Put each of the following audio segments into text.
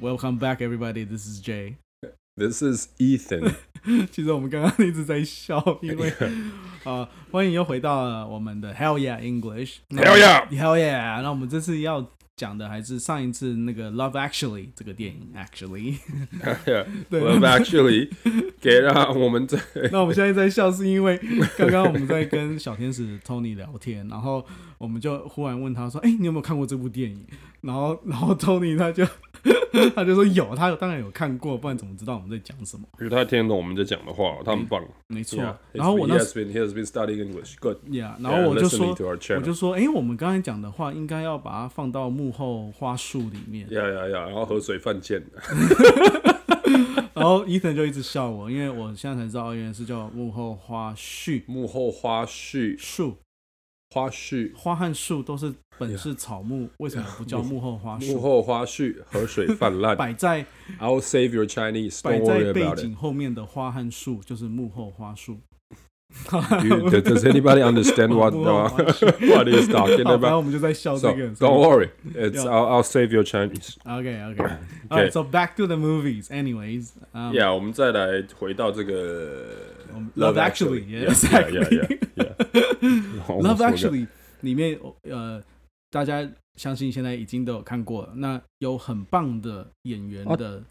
Welcome back, everybody. This is Jay. This is Ethan。其实我们刚刚一直在笑，因为哎 呃，欢迎又回到了我们的 Hell Yeah English。 Hell yeah！ Hell Yeah！那我们这次要讲的还是上一次那个 Love Actually 这个电影，Actually。对 Love Actually，给让我们在那我们现在在笑，是 因为刚刚我们在跟小天使 Tony 聊天，然后我们就忽然问他说：“哎、你有没有看过这部电影？”然后， 然后 Tony 他就 他就说有，他有当然有看过，不然怎么知道我们在讲什么？因为他听 懂我们在讲的话，他很 棒。没错。 Yeah, 然后我 he 那 has been he has been studying English. Good. Yeah，然后我就 listening 说 to our 我 channel. 就说，哎、我们刚才讲的话应该要把它放到幕后花絮里面。呀呀呀！然后河水犯贱，然后 Ethan 就一直笑我，因为我现在才知道，哦原来是叫幕后花絮。幕后花絮，树花絮，花和树都是本是草木为什么不叫幕后花幕絮？后花絮，河水泛 滥。摆在 I'll save your Chinese. 摆 Don't 在 worry 背 about it. 景后面的花和树就是幕后花 树。 Dude, does anybody understand what 幕后 uh, 花絮 what he's talking 好，反正我 about? 们就在笑这 So 个。 don't worry. It's Yeah. I'll I'll save your Chinese. OK OK。Alright, so back to the movies. Anyways, um, Yeah，我们再来回到这个 Love Actually, yeah, yeah, yeah, exactly. yeah, yeah. Love Almost forgot. Actually 里面呃，大家相信现在已经都有看过了。那有很棒的演员啊的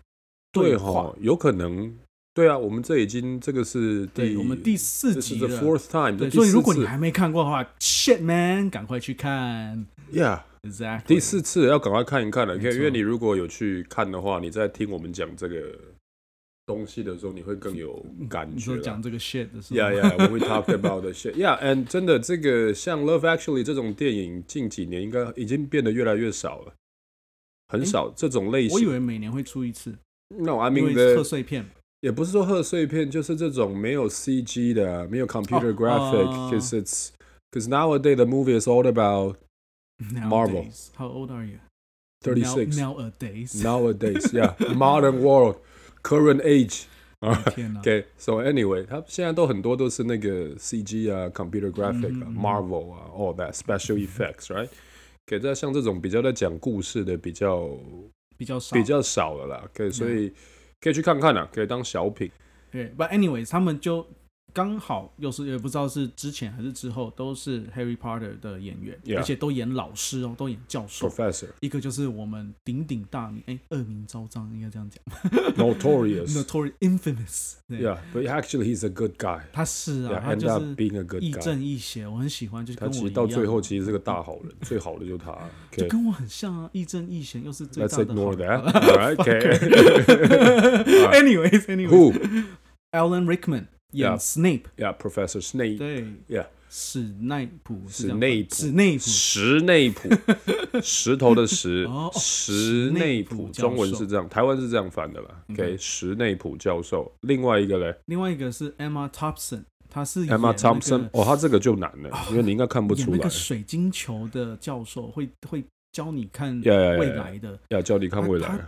对话，哈，有可能对啊，我们这已经这个是对第我们第四这是集 the 了。 fourth time，对，这所以第四如果你次还没看过的话，shit man，赶快去看。 yeah 第 Exactly，四次要赶快看一看了，没因为因错为你如果有去看的话，你在听我们讲这个东西的时候，你会更有感嗯你觉说啦。讲这个 shit 的时候 Yeah, yeah, when we talk about the shit. Yeah, and 真的，这个像《Love Actually》这种电影，近几年应该已经变得越来越少了，很少这种类我以型。为每年会出一次， No, I 因 mean 为是 the 贺岁片。也不是说贺岁片，就是这种没有 CG 的啊，没有 computer 哦 graphic，呃 because it's because nowadays the movie is all about Marvel Nowadays, How old are you? thirty six Now- Nowadays. nowadays. Yeah, modern world, current age. 天哪 Okay, so anyway，它现在都很多都是那个 CG 啊、computer graphic 嗯啊、嗯嗯 Marvel 啊、all that special effects，right？给在像这种比较在讲故事的比较比较少。比较少了啦，可以所以可以去看看啦，可以当小品。对，But anyways，他们就刚好又是也不知道是之前还是之后，都是 Harry Potter 的演员 Yeah 而且都演老师哦，都演教授。 Professor 一个就是我们鼎鼎大名，哎，恶名昭彰，应该这样讲 Notorious， ，Notorious Infamous，对 Yeah，but actually he's a good guy。他是啊 Yeah, 他 end up 就是 being a good 亦 guy。正亦邪，我很喜欢，就是他跟其我实一到样，最后其实是个大好 人，最好的就是他。就 Okay, 跟我很像啊，亦正亦邪，又是最 let's 大的好 ignore 人。 that. Alright, okay. Anyways，anyways，Alan Who? Rickman 演 Yeah Snape， Yeah, Professor Snape. 对 Yeah，史奈普是史这样内吧普史内普，石内 普，石头的石哦，哦石内普，石内普教授嗯中文是这样，台湾是这样翻的啦。OK， OK 石内普教授。另外一个嘞另外一个是 Emma Thompson，她是演哎那，Emma 个 Thompson。哦，他这个就难了，因为你应该看不演出那来个。水晶球的教授，会会教你看 Yeah, yeah, yeah, 未来的。要教你看未来他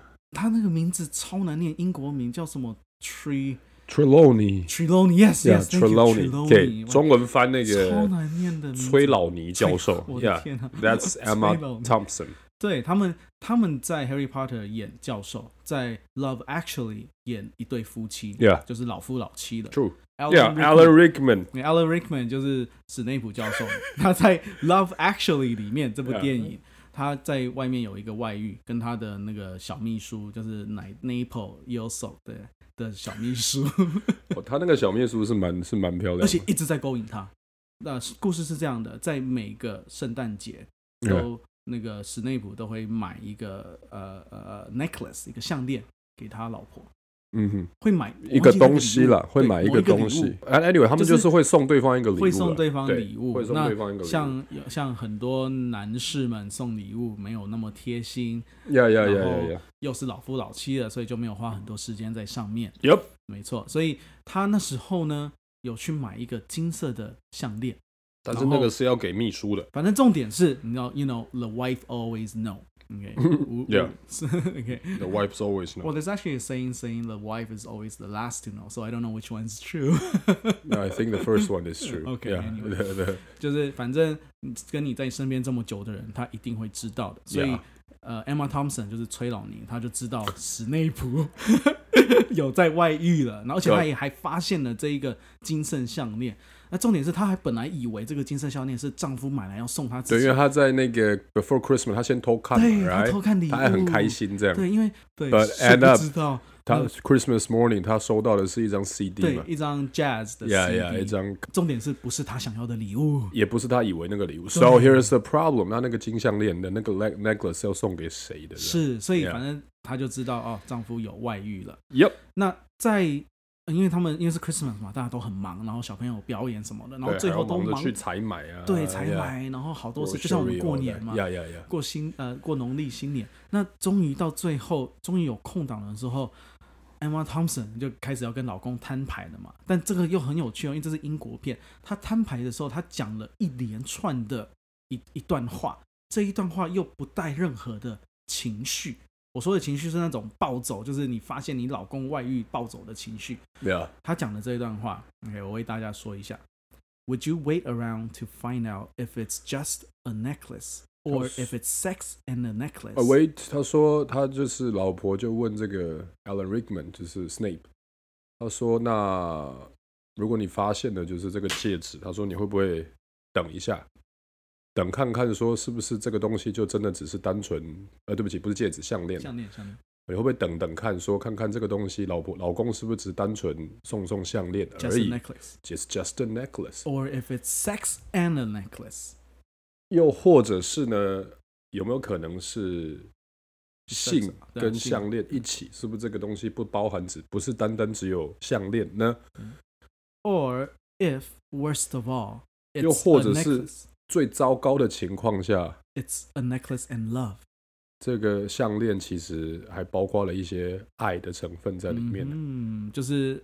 他那个名字超难念，英国名叫什么 Tree ，Trelawney。 Trelawney？Yes, Yeah, yes, thank you, Trelawney。对， Trelawney。中文翻那超个难念的名字崔老尼教授。我的 Yeah。天啊 That's 崔 Emma 老尼 Thompson. 对他们，他们在 Harry Potter 演教授，在 Love Actually 演一对夫妻 Yeah, 就是老夫老妻了。 true. Yeah, Alan Alan Rickman. Rickman- Alan Rickman 就是史内普教授， 他在《Love Actually》里面这部 Yeah 电影，他在外面有一个外遇，跟他的那个小秘书就是奶 Napo y o s o 的的小秘 书，哦，他那个小秘书是蛮是蛮漂亮的，而且一直在勾引他。那故事是这样的，在每个圣诞节 Yeah, 都那个史内普都会买一个呃呃 necklace 一个项链给他老婆，嗯哼，会买一个东西啦，会买一个东西。啊 Anyway，他们就是会送对方一个礼物啦，会送对方礼物会送那对方一个礼物。像有像很多男士们送礼物没有那么贴心，呀呀呀然后呀呀又是老夫老妻了，所以就没有花很多时间在上面。 Yup 没错，所以他那时候呢有去买一个金色的项链，但是那然后个是要给秘书的。反正重点是，你知道，you know the wife always know。Okay. Ooh, ooh. Yeah. okay. The wife's always Well, know. there's actually a saying saying the wife is always the last to know, so I don't know which one's true. No, I think the first one is true. Okay, Yeah, anyway. the- the- 就是反正跟你在身边这么久的人，他一定会知道的。所以 Yeah. 呃 Emma Thompson 就是崔老尼，他就知道史内普 有在外遇了，然后而且他对也还发现了这一个金圣项链。那重点是，她还本来以为这个金圣项链是丈夫买来要送她自对，己因为，他在那个 Before Christmas，他先偷看对嘛她偷，right？看礼物，他还很开。心这样。对，因为对， But 谁 end 不 up，知道他嗯 Christmas morning 他收到的是一张 CD 对嘛一张 jazz 的 CD， ，Yeah Yeah，一张重点是不是她想要的礼物？也不是他以为那个礼物。So here's the problem，那那个金项链的那个 leg necklace 要送给谁的？是，所以 Yeah 反正她就知道哦，丈夫有外遇了。 Yep 那在呃因为他们因为是 Christmas 嘛，大家都很忙，然后小朋友表演什么的，然后对最哎还后要都忙着忙去采买啊，对采买，然后好多事，就像我们过年嘛，呀呀呀，过新呃过农历新年，那终于到最后，终于有空档的时候，Emma Thompson 就开始要跟老公摊牌了嘛。但这个又很有趣哦，因为这是英国片，她摊牌的时候，她讲了一连串的一一段话，这一段话又不带任何的情绪。我说的情绪是那种暴走，就是你发现你老公外遇暴走的情绪。对啊，他讲的这一段话，OK，我为大家说一下。Would you wait around to find out if it's just a necklace or 好 if it's sex and a necklace？呃，喂，他说他就是老婆就问这个 Alan Rickman，就是 Snape，他说那如果你发现的就是这个戒指，他说你会不会等一下，等看看说是不是这个东西就真的只是单纯呃对不起不是戒指项链，项链，项链你会不会等等看说看看这个东西老婆老公是不是只单纯送送项链而，just a 已 necklace。 ，just just a necklace， Or if it's sex and a necklace，又或者是呢有没有可能是性对啊跟性项链一起，是不是这个东西不包含只不是单单只有项链呢？ ，or if worst of all，it's 又或 a 者是 necklace, 最糟糕的情况下， it's a necklace and love 这个项链其实还包括了一些爱的成分在里面呢。嗯，就是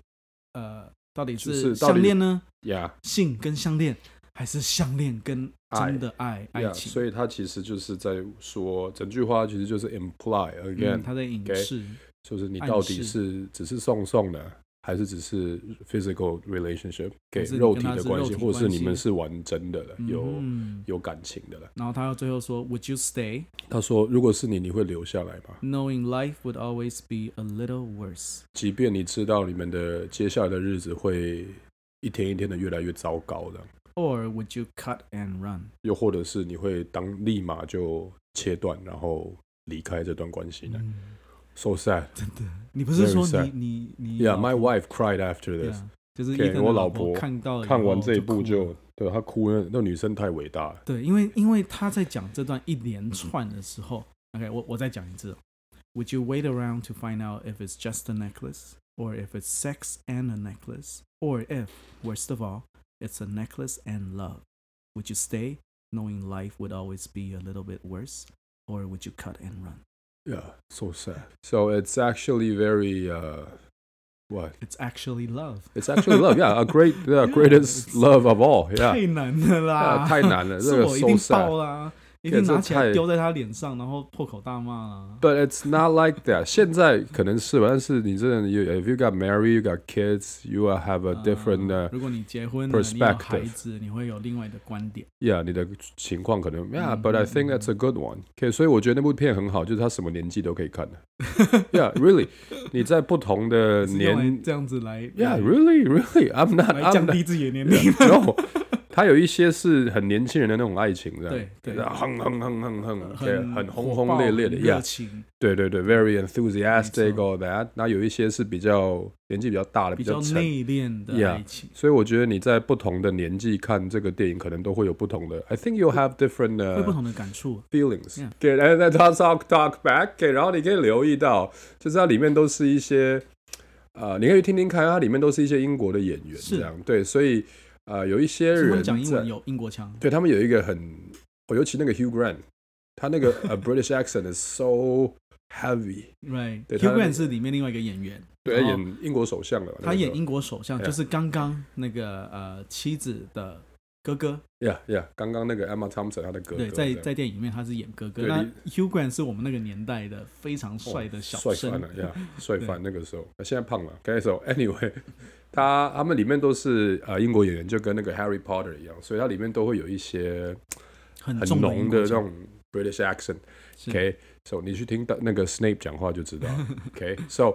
呃，到底就是是到底项链呢，呀性跟项链，还是项链跟真的爱爱呀，情？所以它其实就是在说，整句话其实就是 imply 嗯， again，他在影 OK 视。就是你暗到底示是只是送送呢，还是只是 physical relationship 给还是你肉跟体他的是关肉系，体或者是关你们系是玩真的了，有嗯有感情的了。然后他到最后说，Would you stay? 他说，如果是你，你会留下来吗？ Knowing life would always be a little worse。即便你知道你们的接下来的日子会一天一天的越来越糟糕的， Or would you cut and run？又或者是你会当立马就切断，然后离开这段关系呢、嗯 s o sad. 真的，你不是说你 Very sad 你你 Yeah, 老婆 my wife cried after Yeah， this. 就是伊 Okay，藤的我老老婆看到了以看完后这一部就哭就了对她哭了，那女生太伟大了。对，因为因为他在讲这段一连串的时候，OK，我我再讲一次哦，Would you wait around to find out if it's just a necklace, or if it's sex and a necklace, or if worst of all, it's a necklace and love? Would you stay, knowing life would always be a little bit worse, or would you cut and run? Yeah, so sad. So it's actually very uh, what? It's actually love. It's actually love. Yeah, a great, Yeah, yeah, greatest it's- love of all. Yeah, 太难了 yeah 啦，太难了，这是个我一 so 定 sad 爆。啦，一 Yeah，定这拿起来太丢在他脸上，然后破口大骂啦。 But it's not like that. 现在可能是吧，但是你真的，you if you got married, you got kids, you will have a 呃 different、uh, 如果你结婚了，你有孩 perspective 子，你会有另外的观点。 yeah 你的情况可能 yeah. 嗯 But I think that's a good one. OK，所以我觉得那部片很好，就是他什么年纪都可以看的。Yeah, really. 你在不同 的 是用来年这样子来，Yeah, really, 啊 really. I'm not. 来降 I'm 低自己的 年 龄。 not. No. 他有一些是很年轻人的那种爱情，这样对对然后哼哼哼哼哼，对很火轰爆轰烈烈的很热，Yeah，情，对对对，very 没 enthusiastic 错 all that。那有一些是比较年纪比较大的，比较较沉。内敛的 Yeah 爱情。所以我觉得你在不同的年纪看这个电影，可能都会有不同的。I think you will have different 会不 uh, 同的感触，啊 feelings. 哎 Yeah. 给，然后再 talk talk talk back，给，然后你可以留意到，就是它里面都是一些，呃，你可以听听看，它里面都是一些英国的演员是这样。对，所以呃，有一些是他们人讲英文在有英国腔，对他们有一个很，哦，尤其那个 Hugh Grant，他那 个呃 British accent is so heavy。 ，right？对 Hugh 他 Grant 是里面另外一个演员，对，然他后演英国首相了吧。他演英国首相， Yeah 就是刚刚那个呃妻子的哥哥，呀呀，刚刚那个 Emma Thompson 他的哥哥对，这在样，在电影里面他是演哥哥。对那你 Hugh Grant 是我们那个年代的非常哦帅的小帅生 翻了呀，帅翻那个时候，他现在胖了。开始 anyway，他 他们里面都是呃英国演员，就跟那个 Harry Potter 一样，所以它里面都会有一些很很重浓英的国那腔种 British accent。是 OK， So 你去听的那个 Snape 讲话就知道。okay, so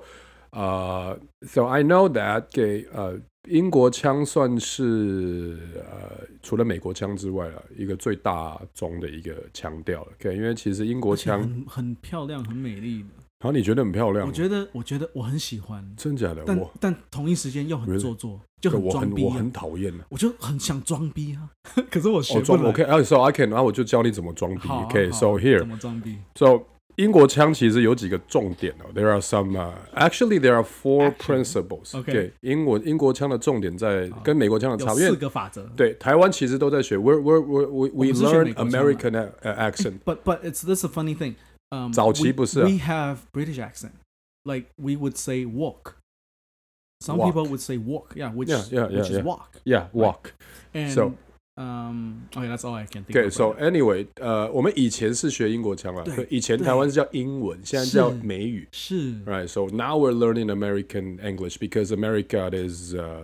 呃 s o I know that 给呃英国枪算是呃除了美国枪之外了啊一个最大宗的一个腔调了。OK，因为其实英国而且枪，很很漂亮，很美丽的。好，你觉得很漂亮我吗？觉得，我觉得我很喜欢，真假的，但我但同一时间又很 Really？做作，就我装很逼我啊。很讨厌的。我就很想装逼啊， 可是我学哦，不装来。 OK，啊，so I can，然后我就教你怎么装逼。好啊 OK，so 好啊 here，怎么装逼 So 英国腔其实有几个重点哦，there are some、uh, actually there are four Actually, principles。 OK 对，英国英国腔的重点在跟美国腔的有差，因四为个法则。对台湾其实都在学，we we we we 我 we 们是学美 learn 国腔嘛 American a- uh, accent。 But but it's this is a funny thing. Um, 早期 we- 不是啊 We have British accent. Like we would say walk. Some Walk. people would say walk. Yeah, which Yeah, yeah, yeah, which is yeah. walk. Yeah, walk. And So- um, okay, that's all I can think. Okay, of so right anyway，呃，我们以前是学英国腔啦，对对以前对台湾是叫英文，现在是叫美语。 now. 是 Right, so now we're learning American English because America is uh,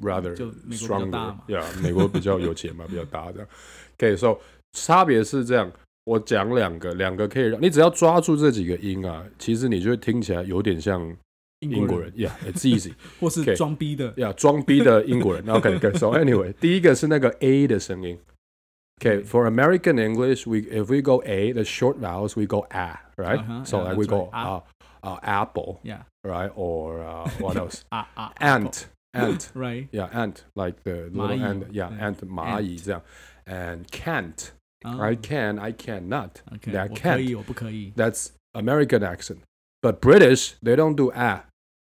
rather 就美国比较 stronger. 大嘛 Yeah，美国比较有钱嘛，比较大这样。OK, so 差别是这样，我讲两个，两个可以让你只要抓住这几个音啊，其实你就会听起来有点像 英英国国人。Yeah, it's easy. 或是 Okay 装逼的 Yeah，装逼的英 国人。OK, okay. So anyway，第一个是那个 A 的声音。Okay, for American English, we if we go A, the short vowels we go ah, right? Uh-huh, so yeah, like we that's go right. uh, uh, apple, Yeah. right? Or uh, what else? 啊啊 ant, ant, right yeah, ant, like the little 蚂蚁 ant, yeah, yeah, ant, 蚂蚁这样。And can't, Oh, I can, I cannot. okay that 我可 can't 以，我不可以。 That's American accent. But British, they don't do ah.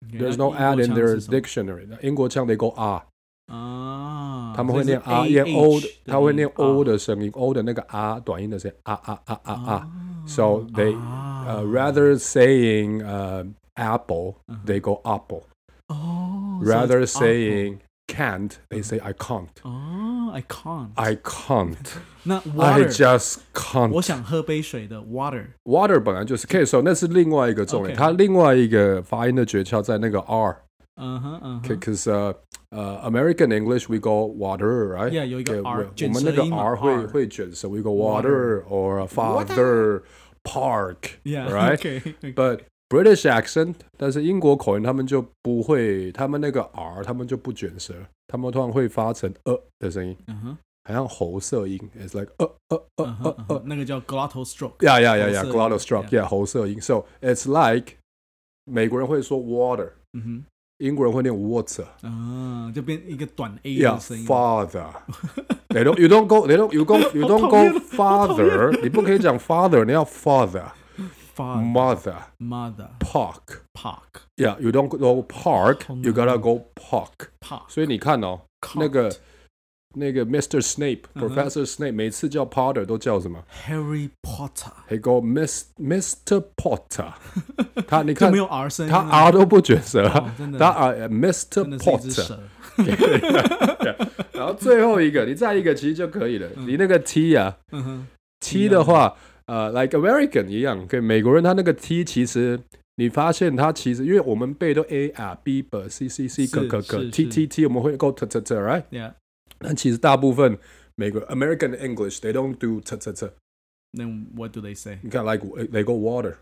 Okay, There's 那 no 英 ah 国 in 腔 their 是什么 dictionary. 英国腔 they go ah. 啊，他们所会以念是啊， AH 念的 o 的，他会念音 o 啊的声音，o 的那个啊，短音的声音啊啊啊啊啊。So they 啊呃，rather saying 呃 apple they go apple. 哦嗯 so it's Rather awful saying can't they say I can't. 哦，I can't。 I can't. 那 I water， just 我 can't. 想喝杯水的 water。 Water 本来就是 K，so 那是另外一个重点。 OK 它另外一个发音的诀窍在那个 R。嗯哼嗯哼 Because 呃呃，American English we go water right？ Yeah，有一个 Okay， R，我我卷们舌那个音嘛 R 会 R 会卷舌，we go Water water or father park ，Yeah， right？ OK， But British accent，但是英国口音他们就不会，他们那个 R 他们就不卷舌，他们通常会发成呃的声音，嗯哼好像喉塞音，it's like 呃呃嗯呃哼呃嗯哼呃，那个叫 glottal stroke。 ，yeah yeah yeah 喉塞 yeah 音 glottal stroke，yeah 喉塞音，so it's like 美国人会说 water，嗯英国人会念 water。哼，啊，就变一个短 A 的 Yeah, 声音。 father. They don't. You don't go. They don't. You go. You 好 don't 讨厌 go 好讨 father. 你不可以讲 father，你要 father, Father, mother, mother, park. park, Yeah, you don't go park. 好难 You gotta go park. park。所以你看哦，那个那个 Mr. Snape, 嗯哼 Professor Snape，每次叫 Potter 都叫什么 Harry Potter， ？He go Miss Mr. Potter。他你就看没有 R 声音他啊。 R 都不卷舌哦，真的他 R 真 Mr. 的是一只 Potter。蛇。 然后最后一个，你再一个其实就可以了。你那个 T 啊嗯哼， ，T 的话，呃，like American 一样，跟美国人他那个 T 其实。你发现它其实，因为我们背都 A 啊 B B C C C 是可可可是 T 是 T T，我们会 go t t t right？ Yeah，但其实大部分美国 American English they don't do t t t。 then what do they say？你看 like they go water，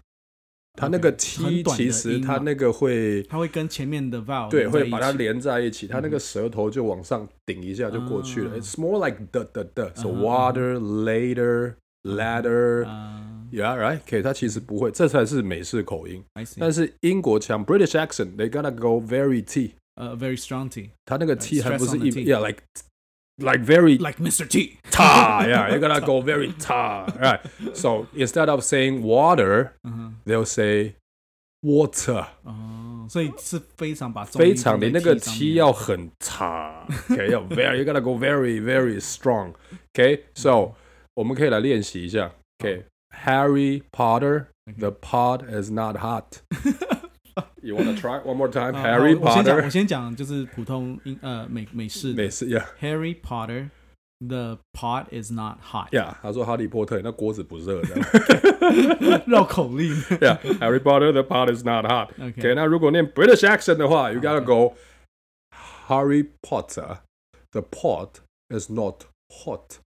它那个 OK，很 T 短的其实音它嘛那个会它会跟前面的 vowel 对，连在会把它一起嗯连在一起，它那个舌头就往上顶一下就过去了。啊 It's more like the the the, so 嗯哼 water later ladder, 啊 yeah, right? OK，它其实不会，这才是美式口音。 ，I see，但是英国腔 British accent they gotta go very T，呃，very strong T，它那个 T Stress 还不是 on the 一 T ，yeah, like like very like Mr. T， ta, yeah, you gotta go very ta, right? So instead of saying water, 嗯 they'll say water。哼，哦，所以是非常把重非力放常，在你那个 T 上 T 面 要很长，OK，要 very，you gotta go very very strong，OK，so 我们可以来练习一下，OK，Harry Potter，the pot is not hot。You wanna try one more 啊 time, 好 Harry 我我先讲，我 Potter？先讲就是普通英呃美美式的没事呀 Harry Potter。The pot is not hot， 呀，他说哈利波特那锅子不热的。 绕口令。 Yeah, Harry Potter, the pot is not hot. OK OK，那如果念 British accent 的话，you gotta go Harry Potter, the pot is not hot.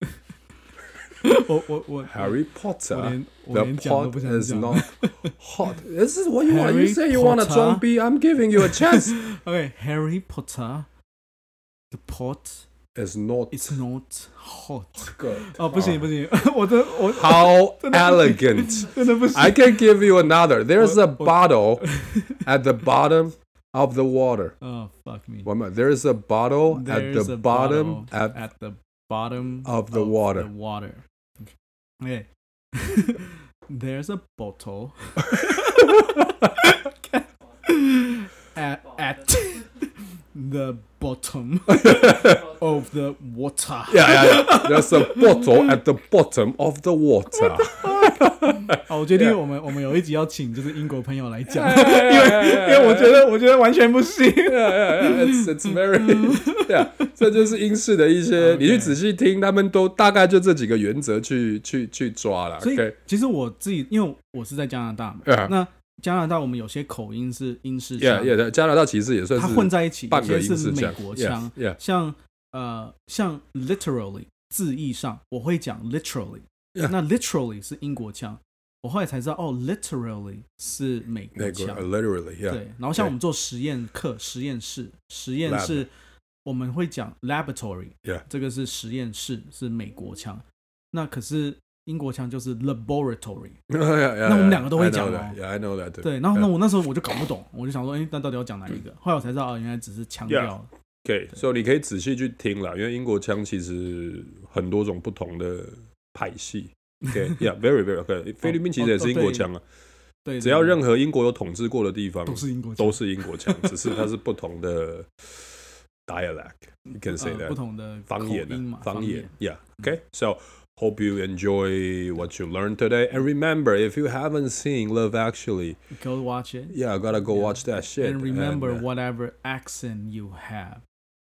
我我我 Harry 我 Potter. 连我 The 连讲都 pot 不想 is 讲。 not hot. This is what you want. You Harry say you want to Potter. 装逼，I'm giving you a chance. OK，Harry、Potter。The pot Is not is not hot。Oh, good. 哦，不行不行， 我真我 How 真的不行 elegant. 真的不行。 I can give you another. There's a What- what- bottle at the bottom of the water. 哦 Oh, fuck me。 One more. There is a bottle at There's the a bottle bottom at at the bottom of the water. The water. Okay. There's a bottle at, at the bottom of the water. yeah, yeah, yeah. There's a bottle at the bottom of the water. 啊，我决定我们我们有一集要请就是英国朋友来 讲， Yeah, yeah, 因为 yeah, 因 yeah, 为我觉得我觉得完全不行。 yeah, yeah, yeah. It's it's very yeah，这就是英式的一些，你去仔细听，他们都大概就这几个原则去去去抓了。 所以 OK，其实我自己因为我是在加拿大嘛 Yeah 那加拿大我们有些口音是英式腔 yeah yeah，加拿大其实也算它是混在一起，有半个些是英式美腔国腔，yeah，yeah 像呃像 literally 字义上，我会讲 literally，、 Yeah 那 literally 是英国腔，我后来才知道哦，literally 是美国那个腔， uh, literally yeah 对。然后像对我们做实验课、实验室、实验 Lab 室，我们会讲 laboratory，、 Yeah 这个是实验室，是美国腔。那可是英国腔就是 laboratory，那 那我们两个都会讲哦 Yeah, I know that. 对。然后呢，我那时候我就搞不懂，我就想说，哎，那到底要讲哪一个？后来我才知道，哦，原来只是腔 Yeah 调。 OK，所以你可以仔细去听啦，因为英国腔其实很多种不同的派系。OK，yeah，very very OK。菲律宾其实也是英国腔啊，对，只要对任何英国有统治过的地方都是英国腔都是英国腔，只是它是不同的 dialect，you can say 呃、不 that 同的方言口音嘛啊，，方方言。Yeah. OK. So hope you enjoy what you learned today, and remember if you haven't seen Love Actually, Go watch it yeah, gotta go Yeah. watch that shit. and remember uh, whatever accent you have,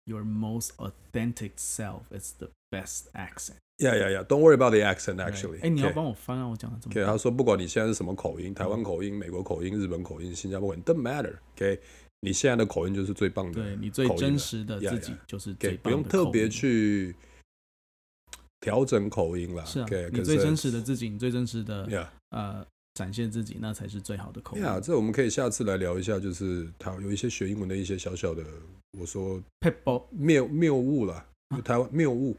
your most authentic self is the best accent. Yeah, yeah, yeah. Don't worry about the accent. Actually. 哎、你要 OK 帮我翻啊，我讲的怎么 OK，他说不管你现在是什么口音，台湾口嗯音、美国口音、日本口音、新加坡口音，don't matter。OK，你现在的口音就是最棒的。对你最口音真的实的呀自呀己就是最 OK，棒不用的特口别音。去调整口音啦。是啊 OK，你可最是真实的自己，你最真实的 Yeah，呃展现自己，那才是最好的口音。 Yeah，这我们可以下次来聊一下，就是台有一些学英文的一些小小的，我说 p e b b l 谬谬误啦，啊台湾谬误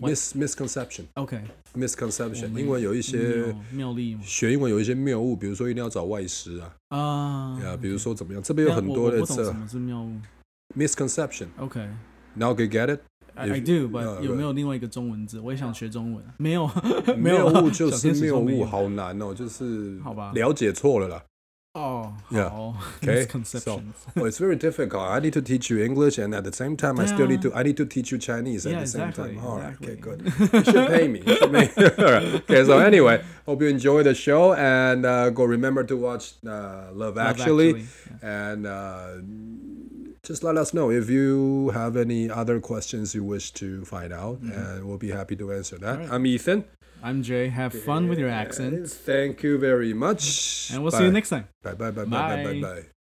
What？ ，mis misconception，misconception， OK，我们英文有一些妙妙丽嘛学英文有一些谬误，比如说一定要找外师啊，啊，呀， OK 比如说怎么样，这边有但很我多我的不懂这什么是妙物。 misconception。 OK， Now you get it？ I If- I do, yeah, but 有没有另外一个中文字？我也想学中 文。没有， 没谬有啊误就小是天使谬说没误，有好难哦，就是好吧了解错 了啦。哦， Yeah. 好 Okay, misconceptions. Oh, it's very difficult. I need to teach you English, and at the same time, I still need to. I need to teach you Chinese at Yeah, the same exactly. time. All right, exactly. okay, good. You should pay me. You should pay me. All right. Okay, so anyway, hope you enjoy the show, and uh, go remember to watch uh, Love Love Actually, yeah. and uh, just let us know if you have any other questions you wish to find out, Mm-hmm. and we'll be happy to answer that. All right. I'm Ethan. I'm Jay. Have fun with your Uh, accents, Thank you very much. and we'll see you Bye. next time. Bye bye bye bye bye bye. Bye. bye.